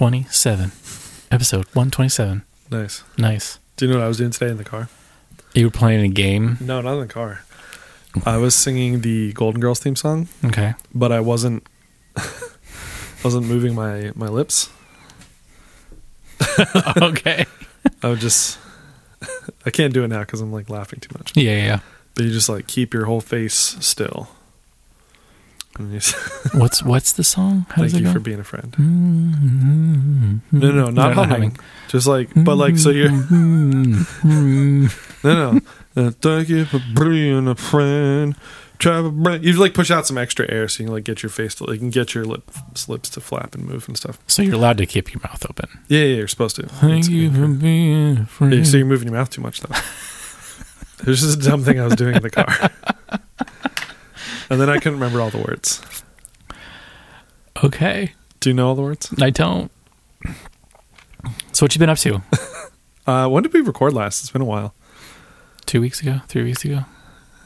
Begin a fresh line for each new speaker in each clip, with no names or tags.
127. Episode 127.
Nice.
Nice.
Do you know what I was doing today in the car?
You were playing a game.
No, not in the car. I was singing the Golden Girls theme song,
Okay.
but I wasn't wasn't moving my my lips.
okay.
I would just I can't do it now because I'm like laughing too much.
Yeah, yeah.
But you just like keep your whole face still. And you just,
yeah. What's what's the song? How
thank
does it
you
go?
for being a friend.
Mm, mm,
No, no,
mm.
not humming. Just like, but like, so you're
Mm, mm, mm.
no, no. Uh, Thank you for being a friend. Try to bring- You like push out some extra air so you can like get your face to, like, you can get your lip lips to flap and move and stuff.
so you're allowed to keep your mouth open.
Yeah, yeah, you're supposed to.
Thank
It's-
you for being a friend.
Yeah, so you're moving your mouth too much though. it was just a dumb thing I was doing in the car. and then I couldn't remember all the words.
okay.
Do you know all the words?
I don't. So what you been up to?
Uh, when did we record last? It's been a while.
Two weeks ago? Three weeks ago?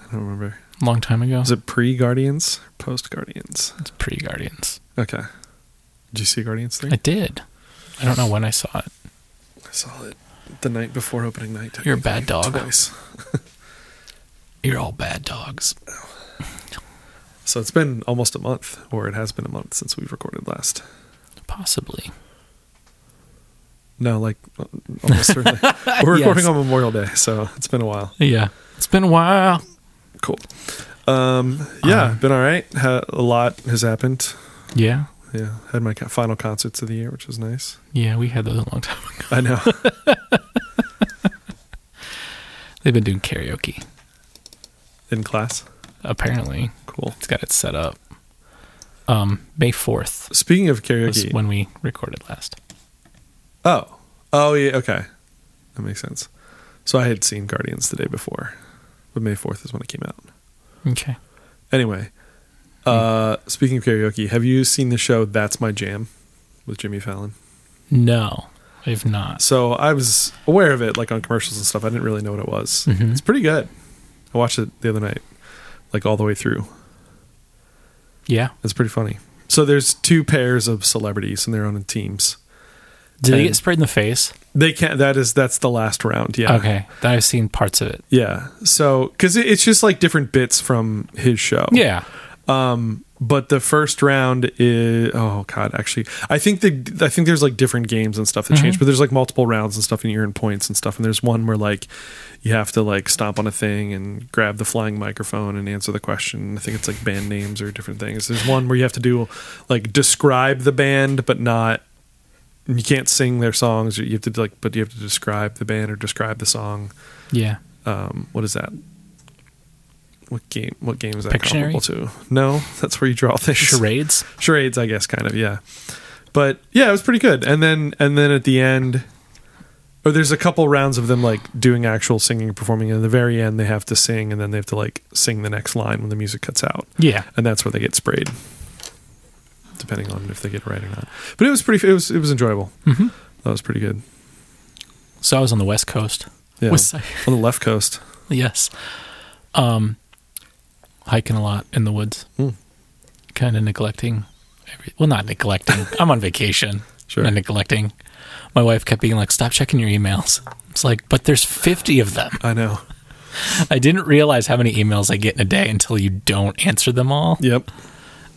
I don't remember.
Long time ago?
Was it pre Guardians? Post Guardians?
It's pre Guardians.
Okay. Did you see Guardians 3?
I did. I don't know when I saw it.
I saw it the night before opening night.
You're a bad
technically,
dog.
Twice.
You're all bad dogs.
So it's been almost a month, or it has been a month since we've recorded last.
Possibly.
No, like uh, almost certainly. We're recording
Yes.
on Memorial Day, so it's been a while.
Yeah. It's been a while.
Cool. Um, yeah,
Um,
been all right. Ha- a lot has happened.
Yeah.
Yeah, had my co- final concerts of the year, which was nice.
Yeah, we had those a long time ago.
I know.
They've been doing karaoke,
In class.
apparently.
Cool.
It's got it set up. Um, May 4th
Speaking of
was
karaoke.
when we recorded last.
Oh. Oh, yeah. Okay. That makes sense. So I had seen Guardians the day before, but May 4th is when it came out.
Okay.
Anyway, uh, speaking of karaoke, have you seen the show That's My Jam with Jimmy Fallon?
No, I've not.
So I was aware of it, like on commercials and stuff. I didn't really know what it was.
Mhm.
It's pretty good. I watched it the other night, like all the way through.
Yeah.
It's pretty funny. So there's two pairs of celebrities and they're on teams.
Did they
And-
get sprayed in the face?
They can't. That is that's the last round. Yeah.
Okay. That I've seen parts of it.
Yeah. So because it's just like different bits from his show.
Yeah.
Um, but the first round is oh god actually i think the i think there's like different games and stuff that change but there's like multiple rounds and stuff and you earn points and stuff and there's one where like you have to like stomp on a thing and grab the flying microphone and answer the question i think it's like band names or different things there's one where you have to do like describe the band but not you can't sing their songs you have to like but you have to describe the band or describe the song
Yeah.
um, what is that? What game? What game is that
Pictionary?
comparable to? No, that's where you draw things.
Charades?
Charades, I guess, kind of. Yeah, but yeah, it was pretty good. And then and then at the end, or there's a couple rounds of them like doing actual singing and performing. And at the very end, they have to sing, and then they have to like sing the next line when the music cuts out,
Yeah.
and that's where they get sprayed. Depending on if they get it right or not, but it was pretty. It was it was enjoyable.
Mhm.
That was pretty good.
So I was on the West Coast.
Yeah,
West side.
on the left coast.
Yes. Um hiking a lot in the woods.
Hmm.
Kind of neglecting every well not neglecting. I'm on vacation.
Sure.
Not neglecting. My wife kept being like, Stop checking your emails. It's like, but there's fifty of them.
I know.
I didn't realize how many emails I get in a day until you don't answer them all.
Yep.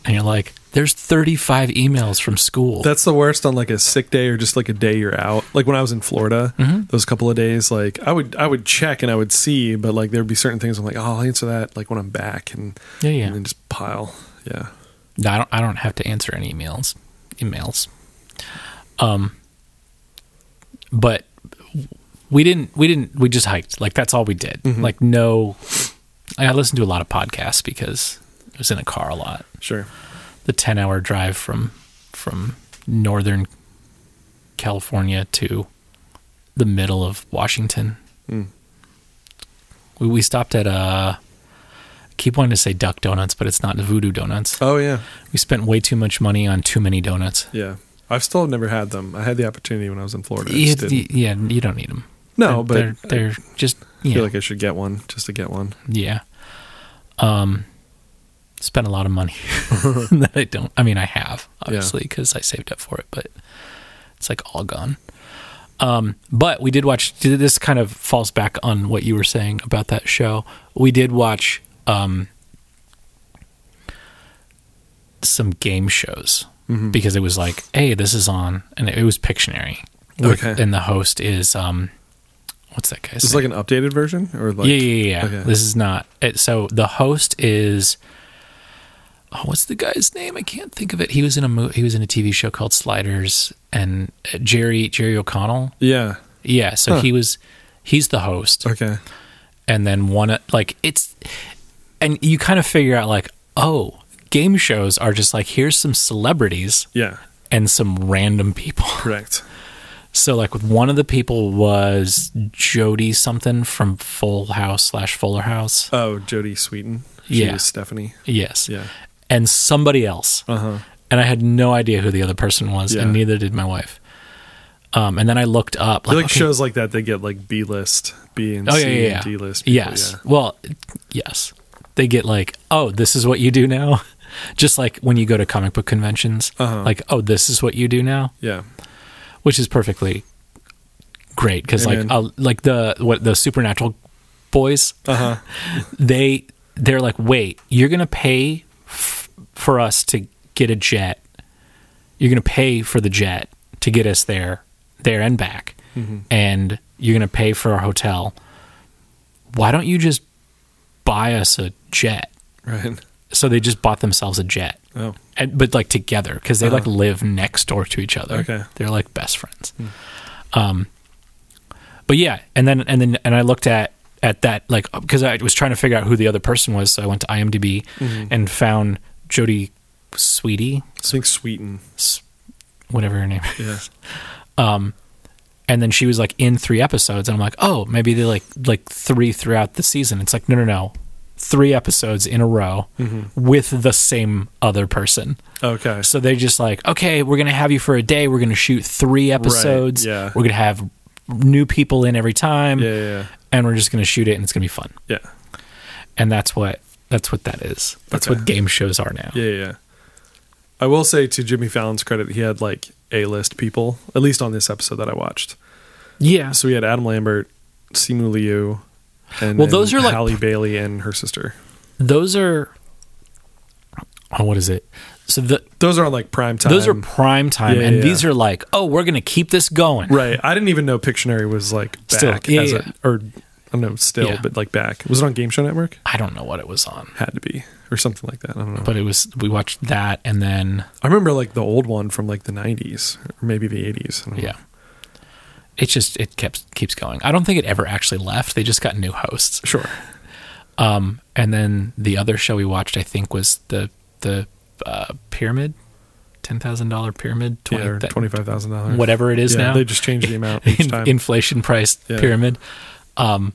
And you're like, There's thirty five emails from school.
That's the worst on like a sick day or just like a day you're out. Like when I was in Florida,
Mm-hmm.
those couple of days, like I would I would check and I would see, but like there'd be certain things I'm like, oh, I'll answer that like when I'm back, and
yeah, yeah.
and then just pile. Yeah,
No, I don't. I don't have to answer any emails. Emails. Um. But we didn't. We didn't. We just hiked. Like that's all we did. Like no. I listened to a lot of podcasts because I was in a car a lot.
sure.
The ten-hour drive from from northern California to the middle of Washington.
Mm.
We we stopped at uh. Keep wanting to say Duck Donuts, but it's not Voodoo Donuts.
Oh yeah,
We spent way too much money on too many donuts.
yeah. I've still never had them. I had the opportunity when I was in Florida. I
You- uh,
just didn't.
yeah, you don't need them.
no,
they're,
but
they're just
I
you
feel
know,
like I should get one just to get one.
yeah. Um, spent a lot of money that I don't. I mean, I have obviously because I saved up for it, but It's like all gone. Um, but we did watch. This kind of falls back on what you were saying about that show. We did watch um, some game shows
Mm-hmm.
because it was like, hey, this is on, and it, it was Pictionary. with-
Okay.
And the host is um, what's that guy's
Is this
name?
like an updated version or like
yeah, yeah, yeah. yeah.
Okay.
This is not. It, so the host is. Oh, what's the guy's name? I can't think of it. He was in a mo- he was in a TV show called Sliders, and uh, Jerry Jerry O'Connell.
yeah.
Yeah, so
Huh.
he was he's the host,
Okay.
and then one like it's, and you kind of figure out like oh, game shows are just like here's some celebrities
Yeah.
and some random people.
Correct.
So like with one of the people was Jody something from Full House slash Fuller House.
Oh, Jodie Sweeton. She
Yeah.
was Stephanie.
Yes.
Yeah.
And somebody else.
Uh huh.
And I had no idea who the other person was,
Yeah.
and neither did my wife. Um, and then I looked up.
Like, like
okay,
shows like that, they get like B list, B and
Oh
C
yeah, yeah, yeah.
and D list. people,
Yes. Well, yes. They get like, oh, this is what you do now. Just like when you go to comic book conventions,
Uh-huh.
like, oh, this is what you do now,
Yeah.
which is perfectly great because like,
Amen.
uh, like the what the supernatural boys,
yeah. Uh huh.
they they're like, wait, you're gonna pay f- for us to get a jet. You're gonna pay for the jet to get us there, there and back, and you're gonna pay for our hotel. Why don't you just buy us a jet?
Right.
So they just bought themselves a jet,
Oh.
and, but like together because they like live next door to each other.
Okay.
they're like best friends. Um, but yeah, and then and then and I looked at at that like because I was trying to figure out who the other person was, so I went to IMDb and found Jodie Sweetie,
I think Sweeten.
s- whatever her name, is.
Yeah.
and then she was like in three episodes, and I'm like, oh, maybe they like like three throughout the season. It's like no, no, no. Three episodes in a row with the same other person.
Okay.
So they're just like, okay, we're gonna have you for a day. We're gonna shoot three episodes.
yeah.
We're gonna have new people in every time,
Yeah. Yeah.
and we're just gonna shoot it, and it's gonna be fun.
Yeah.
And that's what that's what that is. That's
Okay.
what game shows are now.
Yeah. Yeah. yeah. I will say to Jimmy Fallon's credit, he had like A list people, at least on this episode that I watched.
Yeah.
So we had Adam Lambert, Simu Liu, and
Well, those
and
are, like,
Halle Bailey and her sister.
Those are. Oh, what is it? So the
Those are on like prime time.
those are prime time,
Yeah,
and
yeah,
these
yeah.
are like, oh, we're gonna keep this going.
right. I didn't even know Pictionary was like
Still,
back
yeah,
as
yeah.
a or I don't know still,
Yeah.
but like back. Was it on Game Show Network?
I don't know what it was on,
Had to be or something like that. I don't know.
but it was. We watched that, and then
I remember like the old one from like the '90s or maybe the '80s. I don't know.
yeah. It just it kept keeps going. I don't think it ever actually left. They just got new hosts.
sure.
Um, and then the other show we watched, I think, was the the uh, pyramid, ten thousand dollar pyramid,
Yeah, or
that-
twenty five thousand dollars.
whatever it is
yeah,
now,
They just changed the amount each
in,
time.
inflation priced
Yeah.
pyramid. Um,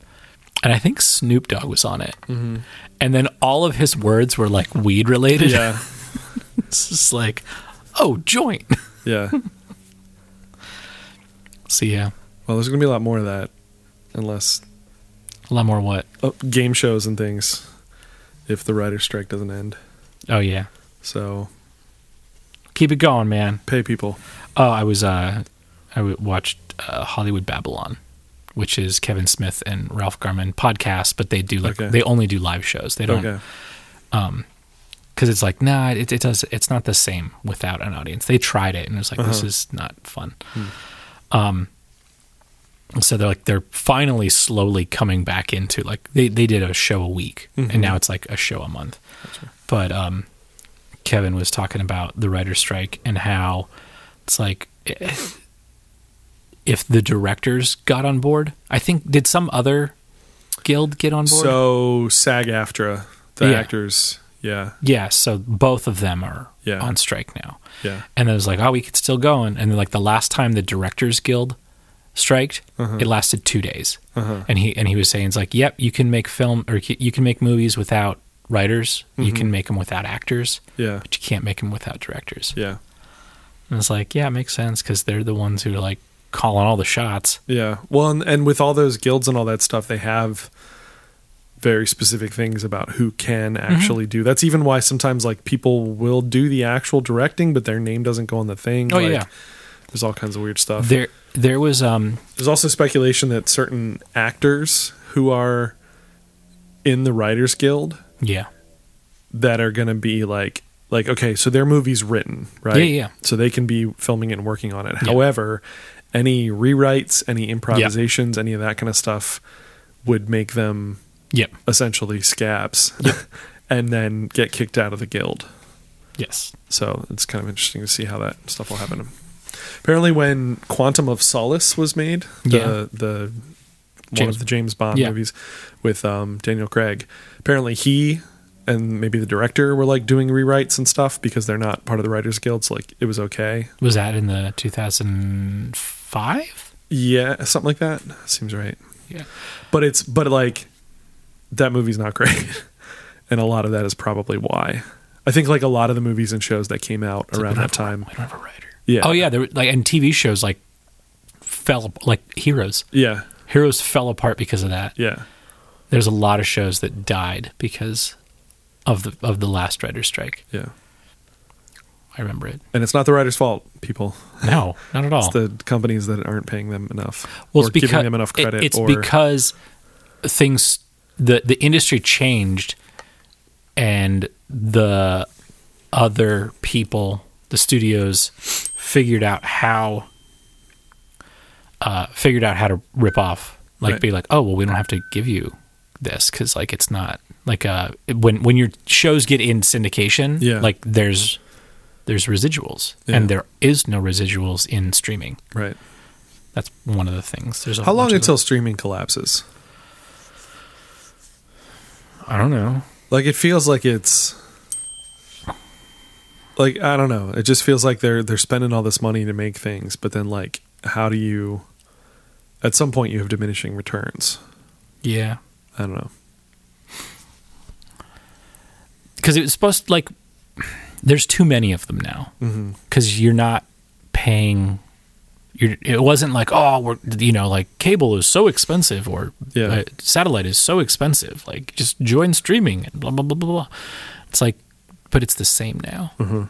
and I think Snoop Dogg was on it,
Mm-hmm.
and then all of his words were like weed related.
yeah,
it's just like, oh, joint.
yeah.
so yeah,
Well, there's gonna be a lot more of that, unless
a lot more what?
uh, game shows and things. If the writer's strike doesn't end,
Oh yeah,
so
keep it going, man.
pay people.
Oh, I was uh, I w- watched uh, Hollywood Babylon, which is Kevin Smith and Ralph Garman podcast, but they do like
Okay.
they only do live shows. They don't
Okay,
because it's like nah, it, it does. It's not the same without an audience. They tried it and it's like this
Uh-huh. Hmm.
is not fun. Um, so they're like they're finally slowly coming back into like they they did a show a week
Mm-hmm.
and now it's like a show a month. But um, Kevin was talking about the writer's strike and how it's like if the directors got on board. I think did some other guild get on board?
so SAG-AFTRA, the
Yeah.
actors. Yeah,
yeah, so both of them are
Yeah.
on strike now.
yeah.
And it was like, oh, we could still go. And, and then, like the last time the Directors Guild striked, it lasted two days.
Uh-huh.
And he and he was saying, it's like, yep, you can make film or you can make movies without writers. You can make them without actors,
Yeah.
but you can't make them without directors.
Yeah.
And it's like, yeah, it makes sense because they're the ones who are like calling all the shots.
Yeah. Well, and, and with all those guilds and all that stuff, they have very specific things about who can
Mm-hmm.
actually do. That's even why sometimes like people will do the actual directing, but their name doesn't go on the thing.
Oh
like,
yeah,
There's all kinds of weird stuff.
There, there was um,
There's also speculation that certain actors who are in the Writers Guild
yeah,
that are going to be like like okay, so their movie's written, right?
Yeah, yeah.
So they can be filming it and working on it. However, any rewrites, any improvisations, any of that kind of stuff would make them
yep,
essentially scabs and then get kicked out of the guild.
yes,
So it's kind of interesting to see how that stuff will happen. Apparently, when Quantum of Solace was made, the
Yeah.
the one
James-
of the James Bond
Yeah.
movies with um, Daniel Craig, apparently he and maybe the director were like doing rewrites and stuff because they're not part of the Writers Guild. So like it was okay.
was that in the two thousand five?
Yeah, something like that seems right.
Yeah,
But it's but like that movie's not great, and a lot of that is probably why. I think like a lot of the movies and shows that came out around that time.
I don't have a writer.
Yeah.
Oh yeah, there were, like and TV shows like fell like heroes.
Yeah.
Heroes fell apart because of that.
Yeah.
There's a lot of shows that died because of the of the last writer's strike.
Yeah.
I remember it.
And it's not the writer's fault, people.
No, not at all.
It's the companies that aren't paying them enough
Oh. well,
or
it's because
giving them enough
it-
credit.
it's
or
because things the the industry changed, and the other people, the studios, figured out how uh, figured out how to rip off, like
Right.
be like, oh well, we don't have to give you this because like it's not like uh when when your shows get in syndication,
Yeah.
like there's there's residuals
Yeah.
and there is no residuals in streaming.
right.
That's one of the things. There's a
How
whole
long
bunch of
until streaming collapses?
I don't know.
Like it feels like it's like I don't know. It just feels like they're they're spending all this money to make things, but then like how do you at some point you have diminishing returns.
Yeah,
I don't know.
because it was supposed to, like. There's too many of them now
Mm-hmm.
because you're not paying. You're, it wasn't like oh we're you know like cable is so expensive or
Yeah.
uh, satellite is so expensive like just join streaming and blah blah blah blah blah. It's like, but it's the same now.
Mhm.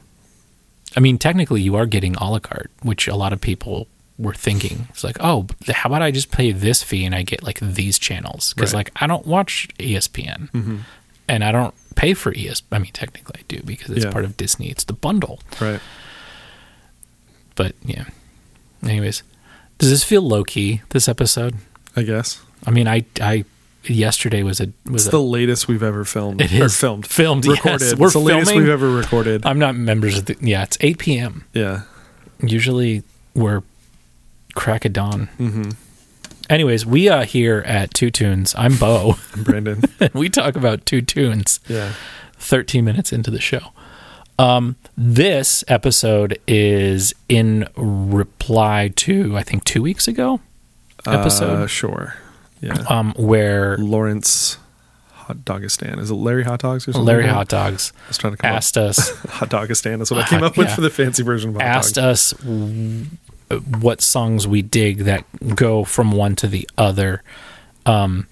I mean, technically, you are getting a la carte, which a lot of people were thinking. It's like, oh, but how about I just pay this fee and I get like these channels? Because
Right. Mm-hmm.
like I don't watch E ESPN, and I don't pay for ES. I mean, technically, I do because it's
Yeah.
part of Disney. It's the bundle.
Right.
But yeah. Anyways, does this feel low key? This episode?
I guess.
I mean, I I yesterday was a was
It's
a,
the latest we've ever filmed.
It
Or
is.
filmed.
Filmed, yes.
Recorded.
We're
it's the latest
filming.
we've ever recorded.
I'm not members of the yeah. It's eight p.m.
yeah.
Usually we're crack of dawn.
Mm-hmm.
Anyways, we are here at Two Tunes. I'm Bo.
Brandon.
we talk about Two Tunes.
yeah.
13 minutes into the show. Um, this episode is in reply to I think two weeks ago episode
Uh, sure. Yeah.
um, where
Lawrence Hot Dogistan. Is it Larry Hot Dogs or something?
Oh, Larry
like that?
Hot Dogs
I was trying to come
asked us
up. Hot Dogistan is what I came up with
Yeah.
for the fancy version of hot
asked
dog.
us w- what songs we dig that go from one to the other. Um,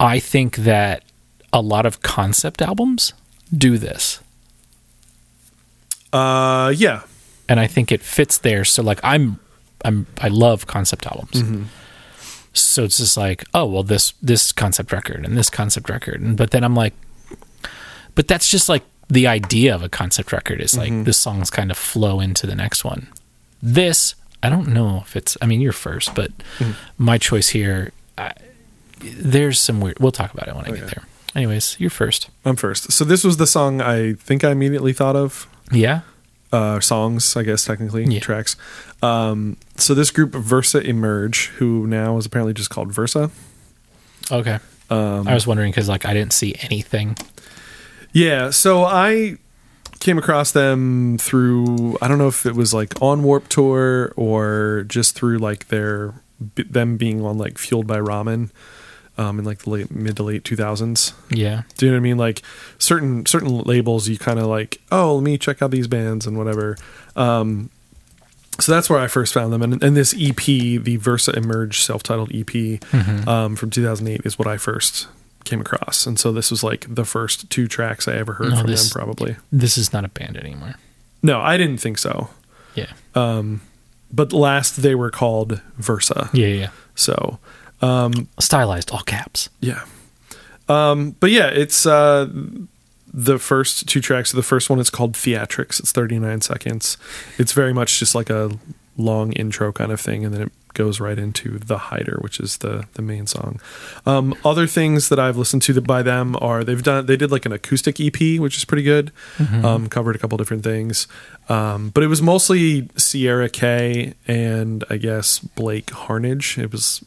I think that a lot of concept albums do this,
Uh, yeah.
and I think it fits there. So like I'm, I'm I love concept albums. So it's just like oh well this this concept record and this concept record, and but then I'm like, but that's just like the idea of a concept record is like the songs kind of flow into the next one. This I don't know if it's I mean you're first, but my choice here. I, there's some weird. We'll talk about it when I get
Okay.
there. Anyways, you're first.
I'm first. So this was the song I think I immediately thought of.
Yeah.
Uh, songs, I guess technically
Yeah.
tracks. Um, so this group Versa Emerge, who now is apparently just called Versa. um,
Okay. I was wondering because like I didn't see anything.
Yeah, so I came across them through I don't know if it was like on Warp Tour or just through like their b- them being on like Fueled by Ramen um, in like the late mid to late 2000s.
Yeah.
Do you know what I mean? Like certain certain labels, you kind of like, oh, let me check out these bands and whatever. Um, so that's where I first found them, and, and this EP, the Versa Emerge self-titled EP
Mm-hmm.
um, from 2008, is what I first came across. And so this was like the first two tracks I ever heard
No,
from
this-
them, probably.
This is not a band anymore.
No, I didn't think so.
Yeah.
But last they were called Versa.
Yeah. Yeah. yeah.
So um,
Stylized, all caps.
Yeah. Um, but yeah, it's uh, the first two tracks. The first one is called Theatrics. It's 39 seconds. It's very much just like a long intro kind of thing, and then it goes right into The Hider, which is the the main song. Um, other things that I've listened to by them are they've done they did like an acoustic EP, which is pretty good.
Mm-hmm. Uh,
Um, covered a couple different things, um, but it was mostly Sierra Kay and I guess Blake Harnage. It was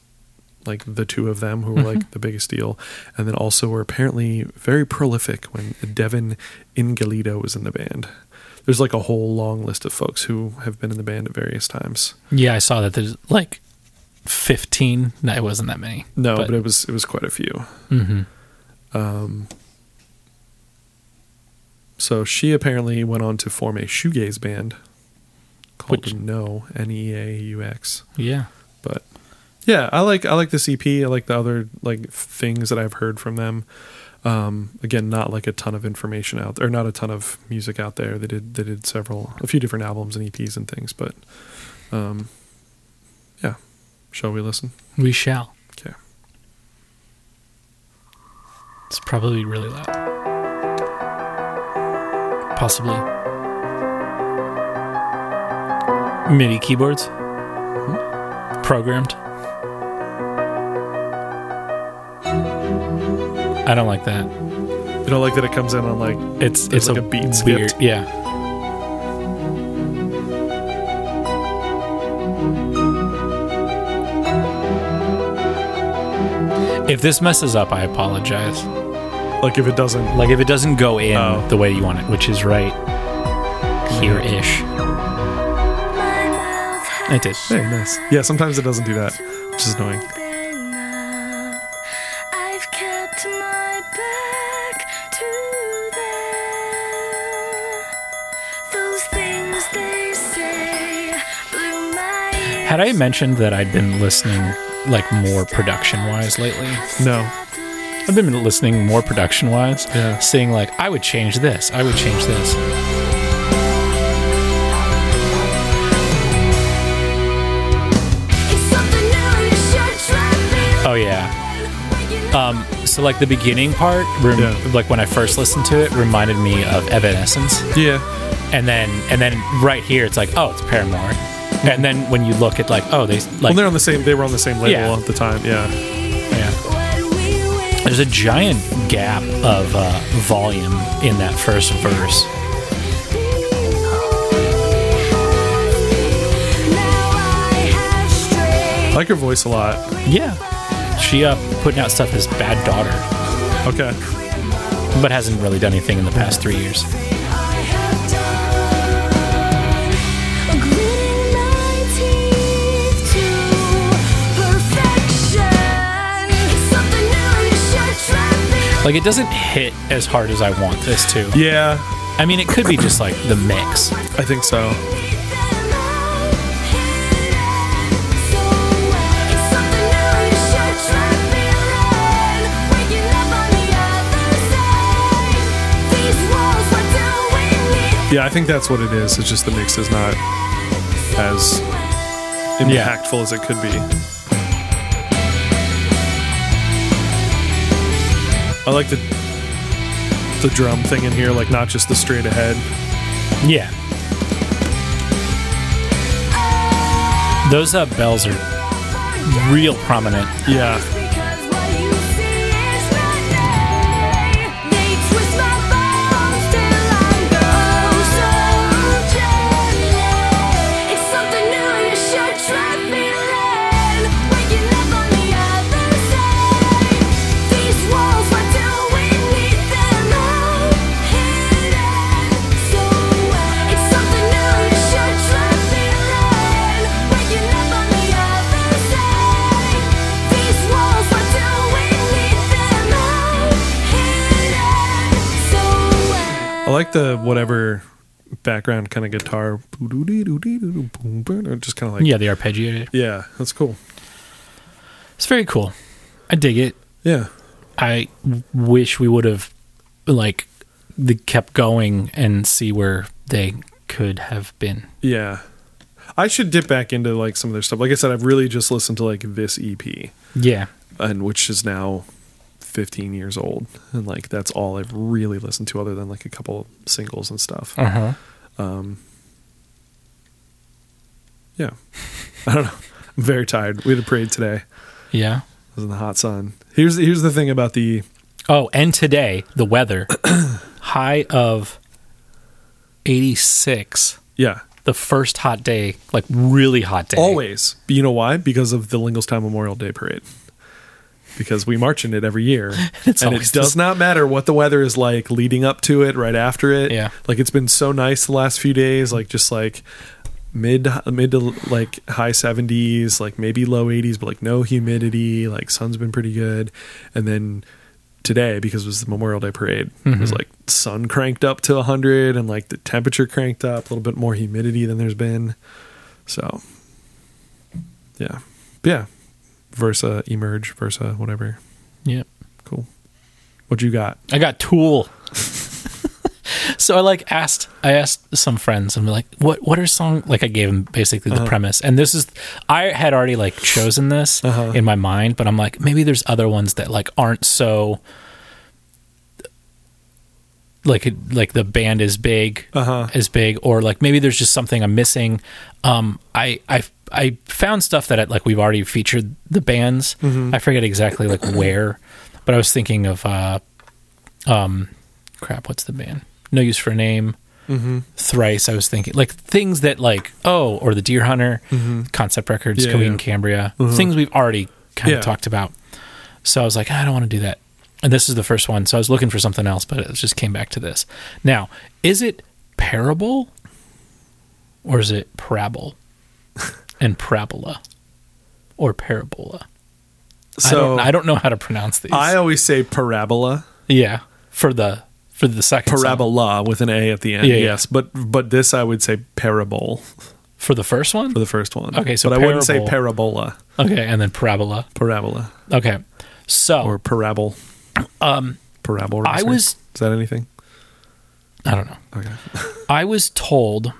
like the two of them who were like the biggest deal, and then also were apparently very prolific when Devin Ingalito was in the band. There's like a whole long list of folks who have been in the band at various times.
Yeah, I saw that. There's like fifteen. No, it wasn't that many.
No, but, it was it was quite a few.
hmm
Um, So she apparently went on to form a shoegaze band called
Which-
No N E A U X.
Yeah.
But yeah, I like I like this EP. I like the other like things that I've heard from them. Um, again, not like a ton of information out there, not a ton of music out there. They did they did several a few different albums and EPs and things, but um, yeah. Shall we listen?
We shall.
Okay.
It's probably really loud. Possibly. MIDI keyboards.
Hmm?
Programmed. I don't like that.
You know, like that it comes in on like
It's it's
There's like
a,
a beat
weird.
skipped.
Yeah. If this messes up, I apologize.
like if it doesn't
Like if it doesn't go in
Oh.
the way you want it, which is right here ish. It did.
Hey, nice. Yeah, sometimes it doesn't do that, which is annoying.
I've kept my back to them. Those things they say blew my ears.
Had I mentioned that I'd been listening like more production wise lately?
No.
I've been listening more production wise.
Yeah.
Seeing like I would change this. I would change this.
It's something new, you should try it.
Oh yeah. Um, so like the beginning part, rem-
Yeah.
like when I first listened to it, reminded me of Evanescence,
Yeah.
and then and then right here it's like oh it's Paramore, and then when you look at like oh they
Well,
like
they're on the same. They were on the same label
Yeah.
at the time. Yeah.
yeah.
What we wish.
there's a giant gap of uh, volume in that first verse.
Now I have strength.
I like her voice a lot.
Yeah, she uh putting out stuff as Bad Daughter,
Okay.
but hasn't really done anything in the past three years. Like it doesn't hit as hard as I want this to.
Yeah,
I mean it could be just like the mix.
I think so. Yeah, I think that's what it is. It's just the mix is not as impactful
Yeah.
as it could be. I like the the drum thing in here, like not just the straight ahead.
Yeah. Those uh, bells are real prominent.
Yeah. I like the whatever background kind of guitar. Just kind of like
Yeah, the arpeggiated.
yeah, that's cool.
It's very cool. I dig it.
Yeah.
I w- wish we would have like the kept going and see where they could have been.
Yeah. I should dip back into like some of their stuff. Like I said, I've really just listened to like this EP,
Yeah.
and which is now 15 years old, and like that's all I've really listened to, other than like a couple singles and stuff.
Uh huh.
Um, yeah, I don't know. I'm very tired. We had a parade today. It
Yeah.
was in the hot sun. Here's here's the thing about the
Oh, and today the weather high of 86.
yeah.
The first hot day, like really hot day.
Always. But you know why? Because of the Lingelstown Memorial Day Parade. Because we march in it every year.
It's
and
always
it does
this-
not matter what the weather is like leading up to it, right after it.
Yeah.
Like it's been so nice the last few days, like just like mid mid to like high 70s, like maybe low 80s, but like no humidity, like sun's been pretty good. And then today because it was the Memorial Day parade. It was like sun cranked up to 100 and like the temperature cranked up, a little bit more humidity than there's been. So, yeah. But yeah. Versa, Emerge, Versa, whatever.
Yep.
Cool. What you got?
I got Tool. so I like asked I asked some friends and like what what are song like I gave them basically the premise and this is I had already like chosen this
Uh-huh.
in my mind but I'm like maybe there's other ones that like aren't so like it- like the band is big
Uh-huh.
is big or like maybe there's just something I'm missing um I I I found stuff that like we've already featured the bands
Mm-hmm.
I forget exactly like where but I was thinking of uh um, crap, what's the band? No Use for a Name,
Mm-hmm.
Thrice. I was thinking like things that like oh, or the Deer Hunter, Concept Records,
Mm-hmm. Yeah,
Coheed
yeah.
and Cambria, things we've already kind
Mm-hmm. Yeah.
of talked about. So I was like, "Ah, I don't want to do that. And this is the first one, so I was looking for something else, but it just came back to this. Now, is it parable or is it parable and parabola or parabola?
So,
I, don't, I don't know how to pronounce these.
I always say parabola,
yeah, for the for the second song.
parabola with an A at the end.
Yeah, yeah.
yes, but but this I would say parable
for the first one.
for the first one.
Okay, so
but I wouldn't say parabola,
Okay, and then parabola.
parabola
Okay, so
or parable. Um, parable.
I
racer.
was-
Is that anything?
I don't know.
Okay.
I was told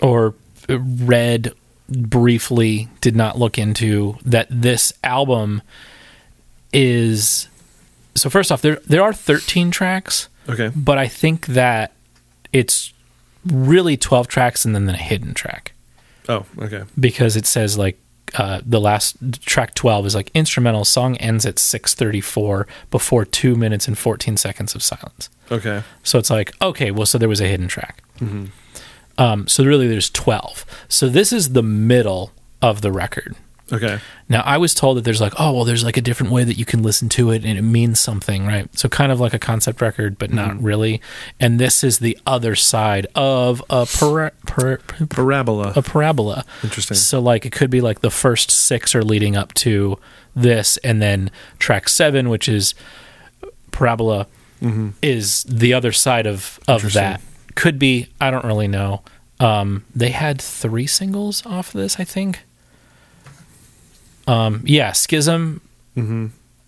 or read briefly, did not look into that this album is. So first off, there there are thirteen tracks,
Okay.
but I think that it's really twelve tracks and then a hidden track.
Oh, okay.
because it says like uh, the last track 12 is like instrumental song ends at 634 before 2 minutes and 14 seconds of silence
Okay.
so it's like okay well so there was a hidden track um, so really there's 12 so this is the middle of the record
Okay.
now i was told that there's like oh well there's like a different way that you can listen to it and it means something right so kind of like a concept record but not really and this is the other side of a para- para-
Parabola.
a parabola
Interesting.
so like it could be like the first six are leading up to this, and then track seven, which is parabola, is the other side of of
Interesting.
that. Could be. I don't really know. Um, they had three singles off this, I think. Um, yeah, schism,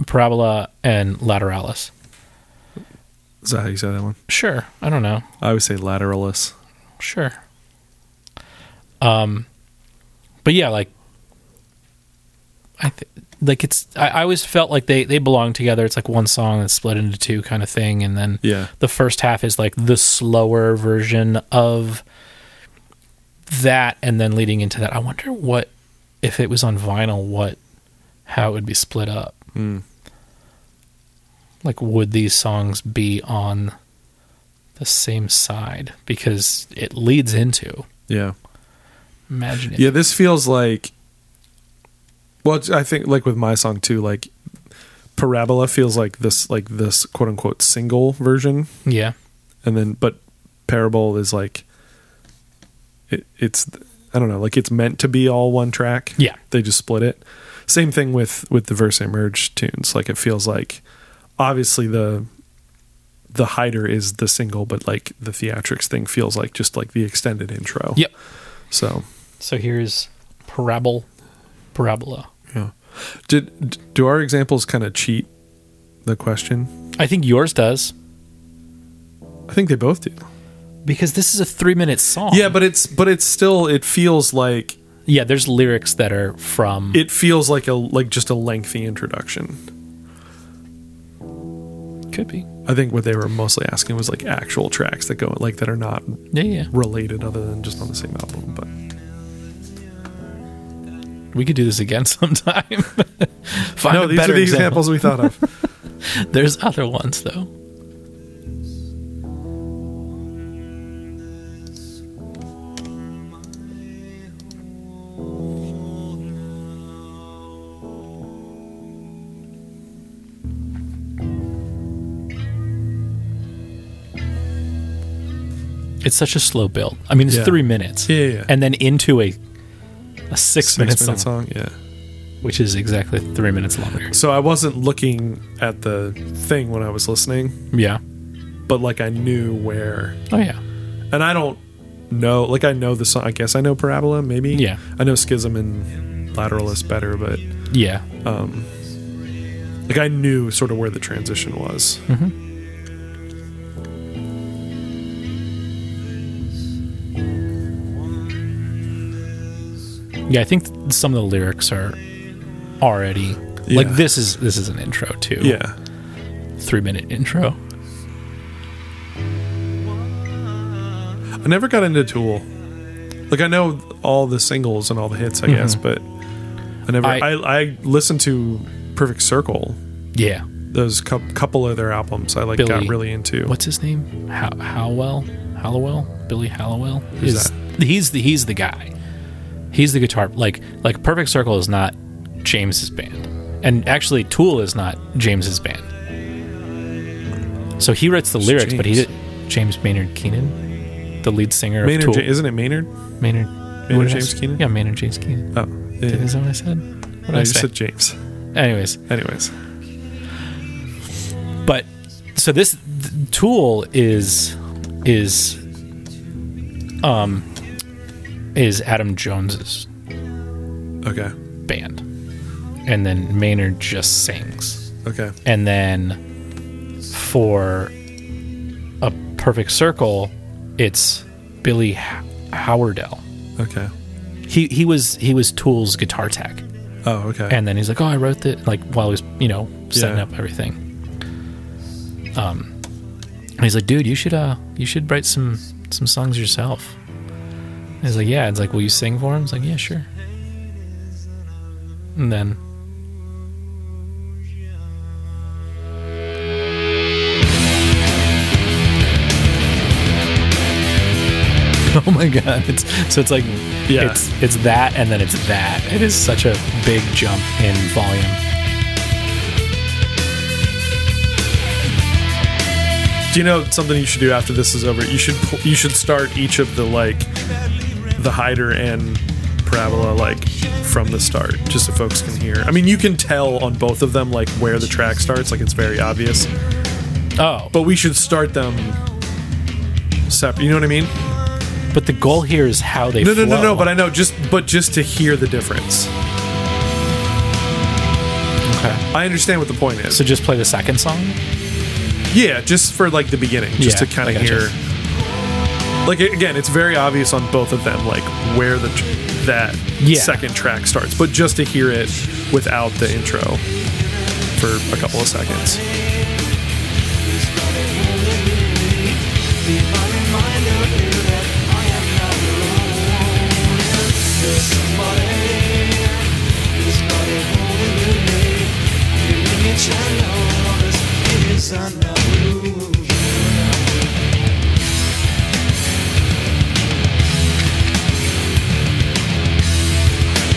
parabola, and lateralis.
Is that how you say that one?
Sure, I don't know.
I always say lateralis.
Sure. Um, but yeah, like I th- like it's I, I always felt like they they belong together. It's like one song that's split into two kind of thing, and then
Yeah.
the first half is like the slower version of that, and then leading into that. I wonder what if it was on vinyl, what how it would be split up.
Hmm.
Like, would these songs be on the same side because it leads into?
Yeah.
Imagine it.
Yeah, this feels like. Well, it's- I think like with my song too, like Parabola feels like this, like this quote unquote single version,
yeah.
and then but Parable is like. It, it's I don't know, like it's meant to be all one track.
Yeah.
they just split it. Same thing with with the verse and merge tunes. Like it feels like, obviously the the hider is the single, but like the theatrics thing feels like just like the extended intro.
Yep.
So
So here's parabol, parabola.
Yeah. Did d- do our examples kind of cheat the question?
I think yours does.
I think they both do.
because this is a three minute song.
Yeah, but it's but it's still it feels like
yeah. There's lyrics that are from
it feels like a like just a lengthy introduction.
could be
I think what they were mostly asking was like actual tracks that go like that are not
yeah yeah.
related other than just on the same album. But
We could do this again sometime. Find
no,
a
these
better
are the
example.
examples we thought of.
There's other ones though. It's such a slow build. I mean, it's
Yeah.
three minutes,
Yeah, yeah, yeah.
and then into a a six, minute,
Six-minute
song,
song, yeah.
which is exactly three minutes longer.
So I wasn't looking at the thing when I was listening,
Yeah.
but like I knew where,
Oh yeah.
and I don't know. Like I know the song. I guess I know Parabola. Maybe.
Yeah.
I know Schism and Lateralist better, but
Yeah.
like I knew sort of where the transition was.
Mm-hmm. Yeah, I think some of the lyrics are already
Yeah.
like this is this is an intro too.
Yeah.
Three minute intro.
I never got into Tool. Like I know all the singles and all the hits, I guess, but I never.
Mm-hmm. I-
I, I, listened to Perfect Circle.
Yeah.
Those cou- couple of their albums I like got
Billy.
really into.
What's his name? How Howell? Hallowell? Billy Hallowell?
Who's
is he's the he's the guy. He's the guitar like like Perfect Circle is not James's band. And actually Tool is not James's band. So he writes the lyrics, but he
James?
did James Maynard Keenan, the lead singer of
Maynard,
Tool.
Ja- isn't it Maynard?
Maynard, what did I
James
say?
Keenan?
Yeah, Maynard James Keenan.
Oh, yeah, yeah.
Is that what I said? What did
No,
I
you just
say?
said James.
Anyways,
Anyways,
but so this th- tool is is um is Adam Jones's
okay,
band, and then Maynard just sings,
okay,
and then for a perfect circle, it's Billy H- Howardell.
okay.
He he was he was Tool's guitar tech.
Oh, okay.
and then he's like, "Oh, I wrote that." Like while he's you know setting
Yeah.
up everything. Um, and he's like, "Dude, you should uh, you should write some some songs yourself." And he's like, "Yeah." It's like, "Will you sing for him?" He's like, "Yeah, sure." And then. Oh my god! It's, so it's like,
Yeah.
it's it's that, and then it's that. It is such a big jump in volume.
do you know something you should do after this is over? You should pl- you should start each of the like the hider and parabola like from the start, just so folks can hear. I mean, you can tell on both of them like where the track starts, like it's very obvious.
Oh, but
But we should start them separate. You know what I mean?
but the goal here is how they.
No, no, no,
flow.
no. But I know just but just to hear the difference.
Okay.
I understand what the point is.
So just play the second song.
Yeah, just for like the beginning, just
Yeah,
to kind
I
of
gotcha.
hear. Like a- again, it's very obvious on both of them, like where the tr- that
Yeah.
second track starts, but just to hear it without the intro for a couple of seconds.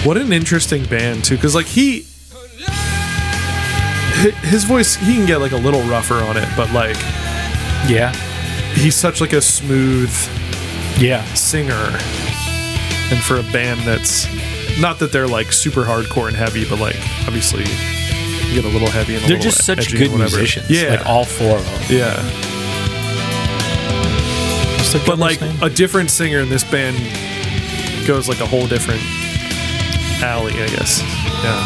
What an interesting band too, because like he, hi- his voice he can get like a little rougher on it, but like
Yeah.
he's such like a smooth
Yeah.
singer, and for a band that's not that they're like super hardcore and heavy, but like obviously you get a little heavy and a
They're
little
just such
edgy
good
and whatever.
musicians.
Yeah,
Like all four of them.
yeah. But like a different singer in this band goes like a whole different alley, I guess. Yeah.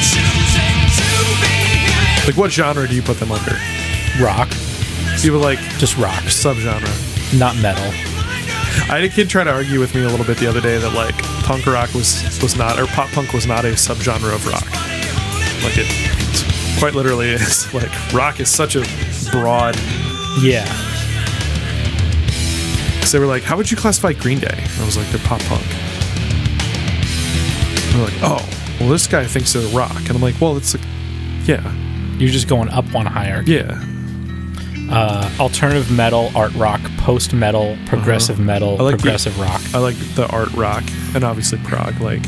Choosing to be here
Like, what genre do you put them under?
Rock,
People like
just rock,
subgenre.
not metal.
I had a kid try to argue with me a little bit the other day that like punk rock was was not or pop punk was not a subgenre of rock. Like it quite literally is. Like rock is such a broad.
Yeah,
Because they were like, how would you classify Green Day? I was like, they're pop punk. And they're like, oh, well this guy thinks they're rock, and I'm like, well it's like, yeah,
you're just going up one hierarchy.
yeah.
alternative metal, art rock, post metal, progressive metal,
Uh-huh. I like the- Uh,
progressive rock.
I like the art rock and obviously prog. Like,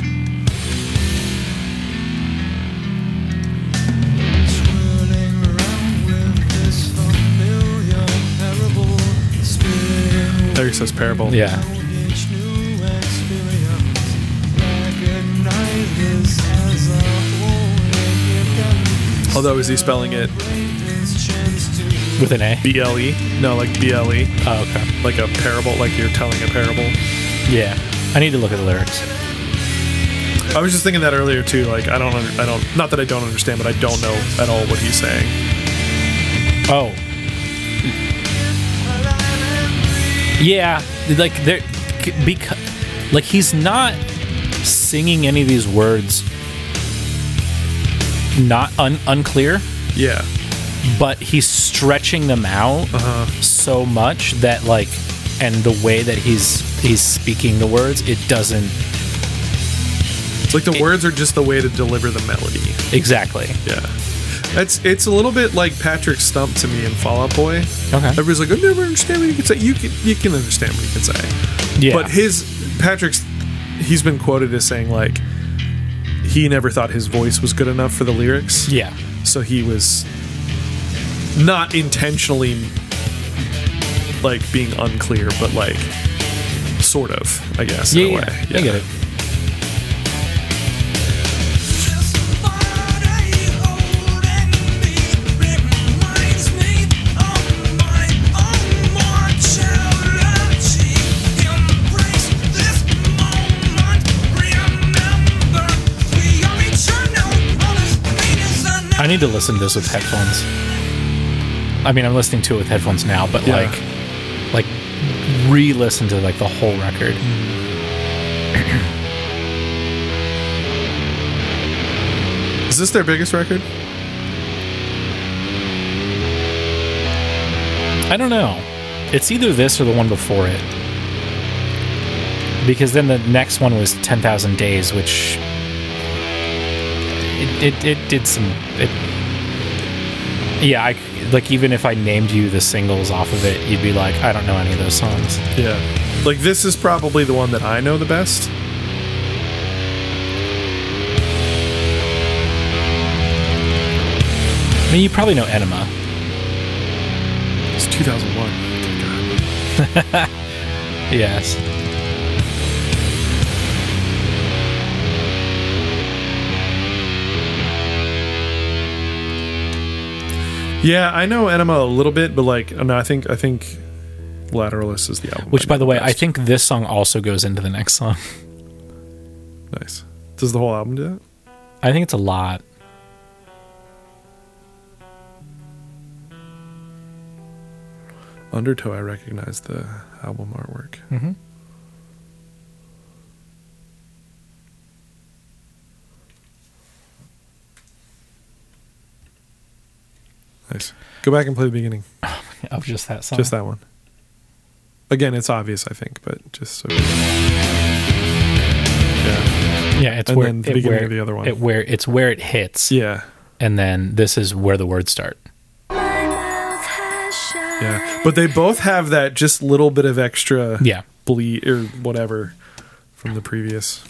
there he says parable.
Yeah.
Although is he spelling it
With an A.
B L E? No, like B L E,
Oh, okay.
like a parable, like you're telling a parable.
Yeah. I need to look at the lyrics.
I was just thinking that earlier too. Like, I don't, under- I don't, not that I don't understand, but I don't know at all what he's saying.
Oh. Yeah, like there because like he's not singing any of these words not un- unclear,
Yeah,
but he's stretching them out
Uh-huh.
so much that like and the way that he's he's speaking the words, it doesn't
it's like the words are just the way to deliver the melody.
exactly.
Yeah. It's, it's a little bit like Patrick Stump to me in Fallout Boy.
Okay.
Everybody's like, I never understand what he can say. You can, you can understand what he can say.
Yeah.
But his Patrick's he's been quoted as saying like he never thought his voice was good enough for the lyrics.
yeah.
So he was not intentionally like being unclear, but like sort of, I guess, in a way.
I get it. I need to listen to this with headphones. I mean, I'm listening to it with headphones now, but
Yeah.
like, like re-listen to like the whole record.
Is this their biggest record?
I don't know. It's either this or the one before it. Because then the next one was 10,000 Days, which it, it, it did some. It, yeah, I, like even if I named you the singles off of it, you'd be like, I don't know any of those songs.
Yeah. Like this is probably the one that I know the best.
I mean, you probably know Enema.
It's 2001. God.
Yes.
Yeah, I know Enema a little bit, but like, no, I think I think Lateralus is the album.
Which,
I
by
know
the way, I
best.
think this song also goes into the next song.
nice. Does the whole album do that?
I think it's a lot.
Undertow, I recognize the album artwork.
Mm-hmm.
Nice. Go back and play the beginning.
Of just that song.
Just that one. Again, it's obvious, I think, but just so. Yeah.
Yeah, it's
And
where
then the
it
beginning
where-
of the other one.
It where it's where it hits,
Yeah.
and then this is where the words start.
Yeah. But they both have that just little bit of extra
Yeah.
bleed or whatever from the previous.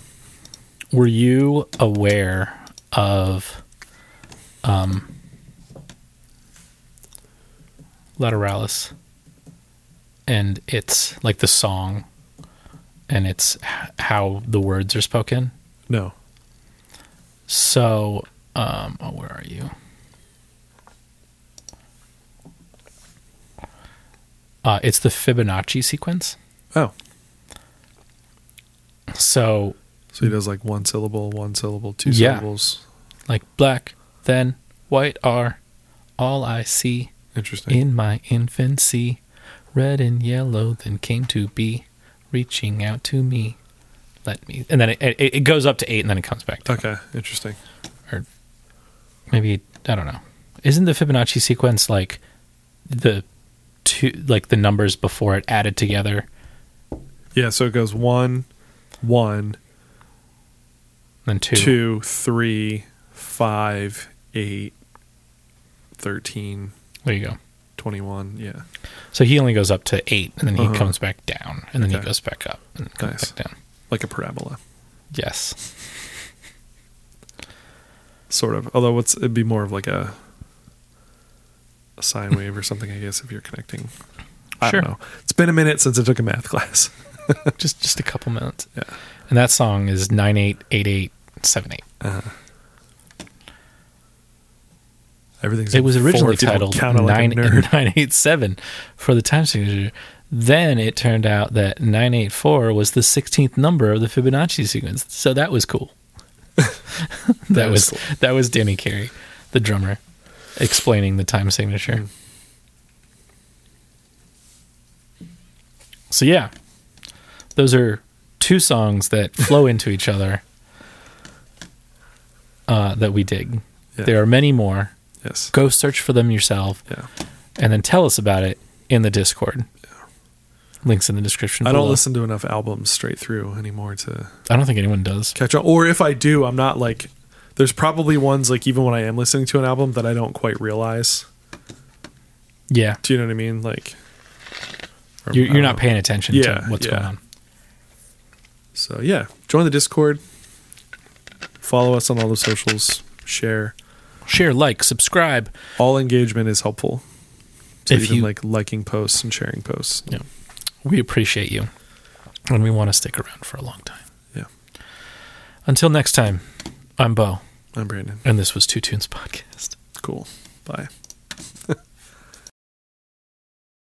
Were you aware of um Lateralis and it's like the song and it's h- how the words are spoken?
No.
So, um, oh, where are you? Uh, it's the Fibonacci sequence.
Oh.
So,
So he does like one syllable, one syllable, two
Yeah.
syllables.
like black, then white are all I see
Interesting.
in my infancy. Red and yellow then came to be, reaching out to me. Let me. And then it, it, it goes up to eight and then it comes back down.
okay, interesting.
Or maybe, I don't know. Isn't the Fibonacci sequence like the two, like the numbers before it added together?
Yeah, so it goes one, one,
Then two.
two, three, five, eight, thirteen,
There you go.
twenty-one. Yeah,
So he only goes up to eight, and then he
Uh-huh.
comes back down, and then
Okay.
he goes back up, and then comes
Nice.
back down.
like a parabola,
Yes.
sort of. Although what's it'd be more of like a, a sine wave or something, I guess, if you're connecting. I
Sure.
don't know. It's been a minute since I took a math class.
just just a couple minutes.
Yeah.
And that song is nine eight eight eight seven eight.
Everything's
It
in
was
four
originally
if you don't
titled
count it like a
nine
nerd.
nine eight seven for the time signature. Then it turned out that nine eight four was the sixteenth number of the Fibonacci sequence. So that was cool. that,
That is
was that was Danny Carey, the drummer, explaining the time signature.
Hmm.
So yeah, those are two songs that flow into each other. Uh, that we dig.
Yeah.
There are many more.
Yes.
Go search for them yourself,
Yeah.
and then tell us about it in the Discord. Links in the description.
I don't
below.
listen to enough albums straight through anymore to
I don't think anyone does.
catch on. Or if I do, I'm not like. There's probably ones like even when I am listening to an album that I don't quite realize.
Yeah,
Do you know what I mean? Like, or-
you're,
I don't
you're not
know.
paying attention
Yeah,
to what's
yeah.
going on.
So yeah, join the Discord. Follow us on all the socials. Share.
Share, like, subscribe.
All engagement is helpful. So
If
even
you-
like liking posts and sharing posts.
Yeah. We appreciate you, and we want to stick around for a long time.
Yeah.
Until next time, I'm Bo,
I'm Brandon.
and this was Two Tunes Podcast.
Cool. Bye.